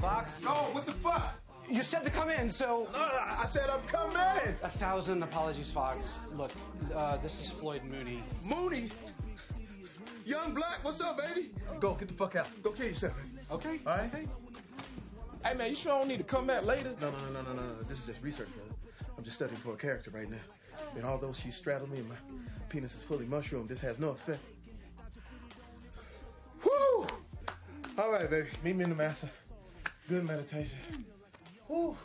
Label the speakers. Speaker 1: Fox,
Speaker 2: No, Oh, what the fuck?
Speaker 1: you said to come in, so
Speaker 2: No, I said I'm coming.
Speaker 1: a thousand apologies, Fox. Look, uh, this is Floyd Mooney.
Speaker 2: Mooney. Young Black, what's up, baby? Go, get the fuck out. Go kill yourself.
Speaker 1: Okay.
Speaker 2: All right?
Speaker 3: Hey man, you sure don't need to come back later?
Speaker 2: No, no, no, no, no, no, no. This is just research, brother. I'm just studying for a character right now. And although she straddled me and my penis is fully mushroomed, this has no effect. Woo! All right, baby. Meet me in the massa. Good meditation. Woo!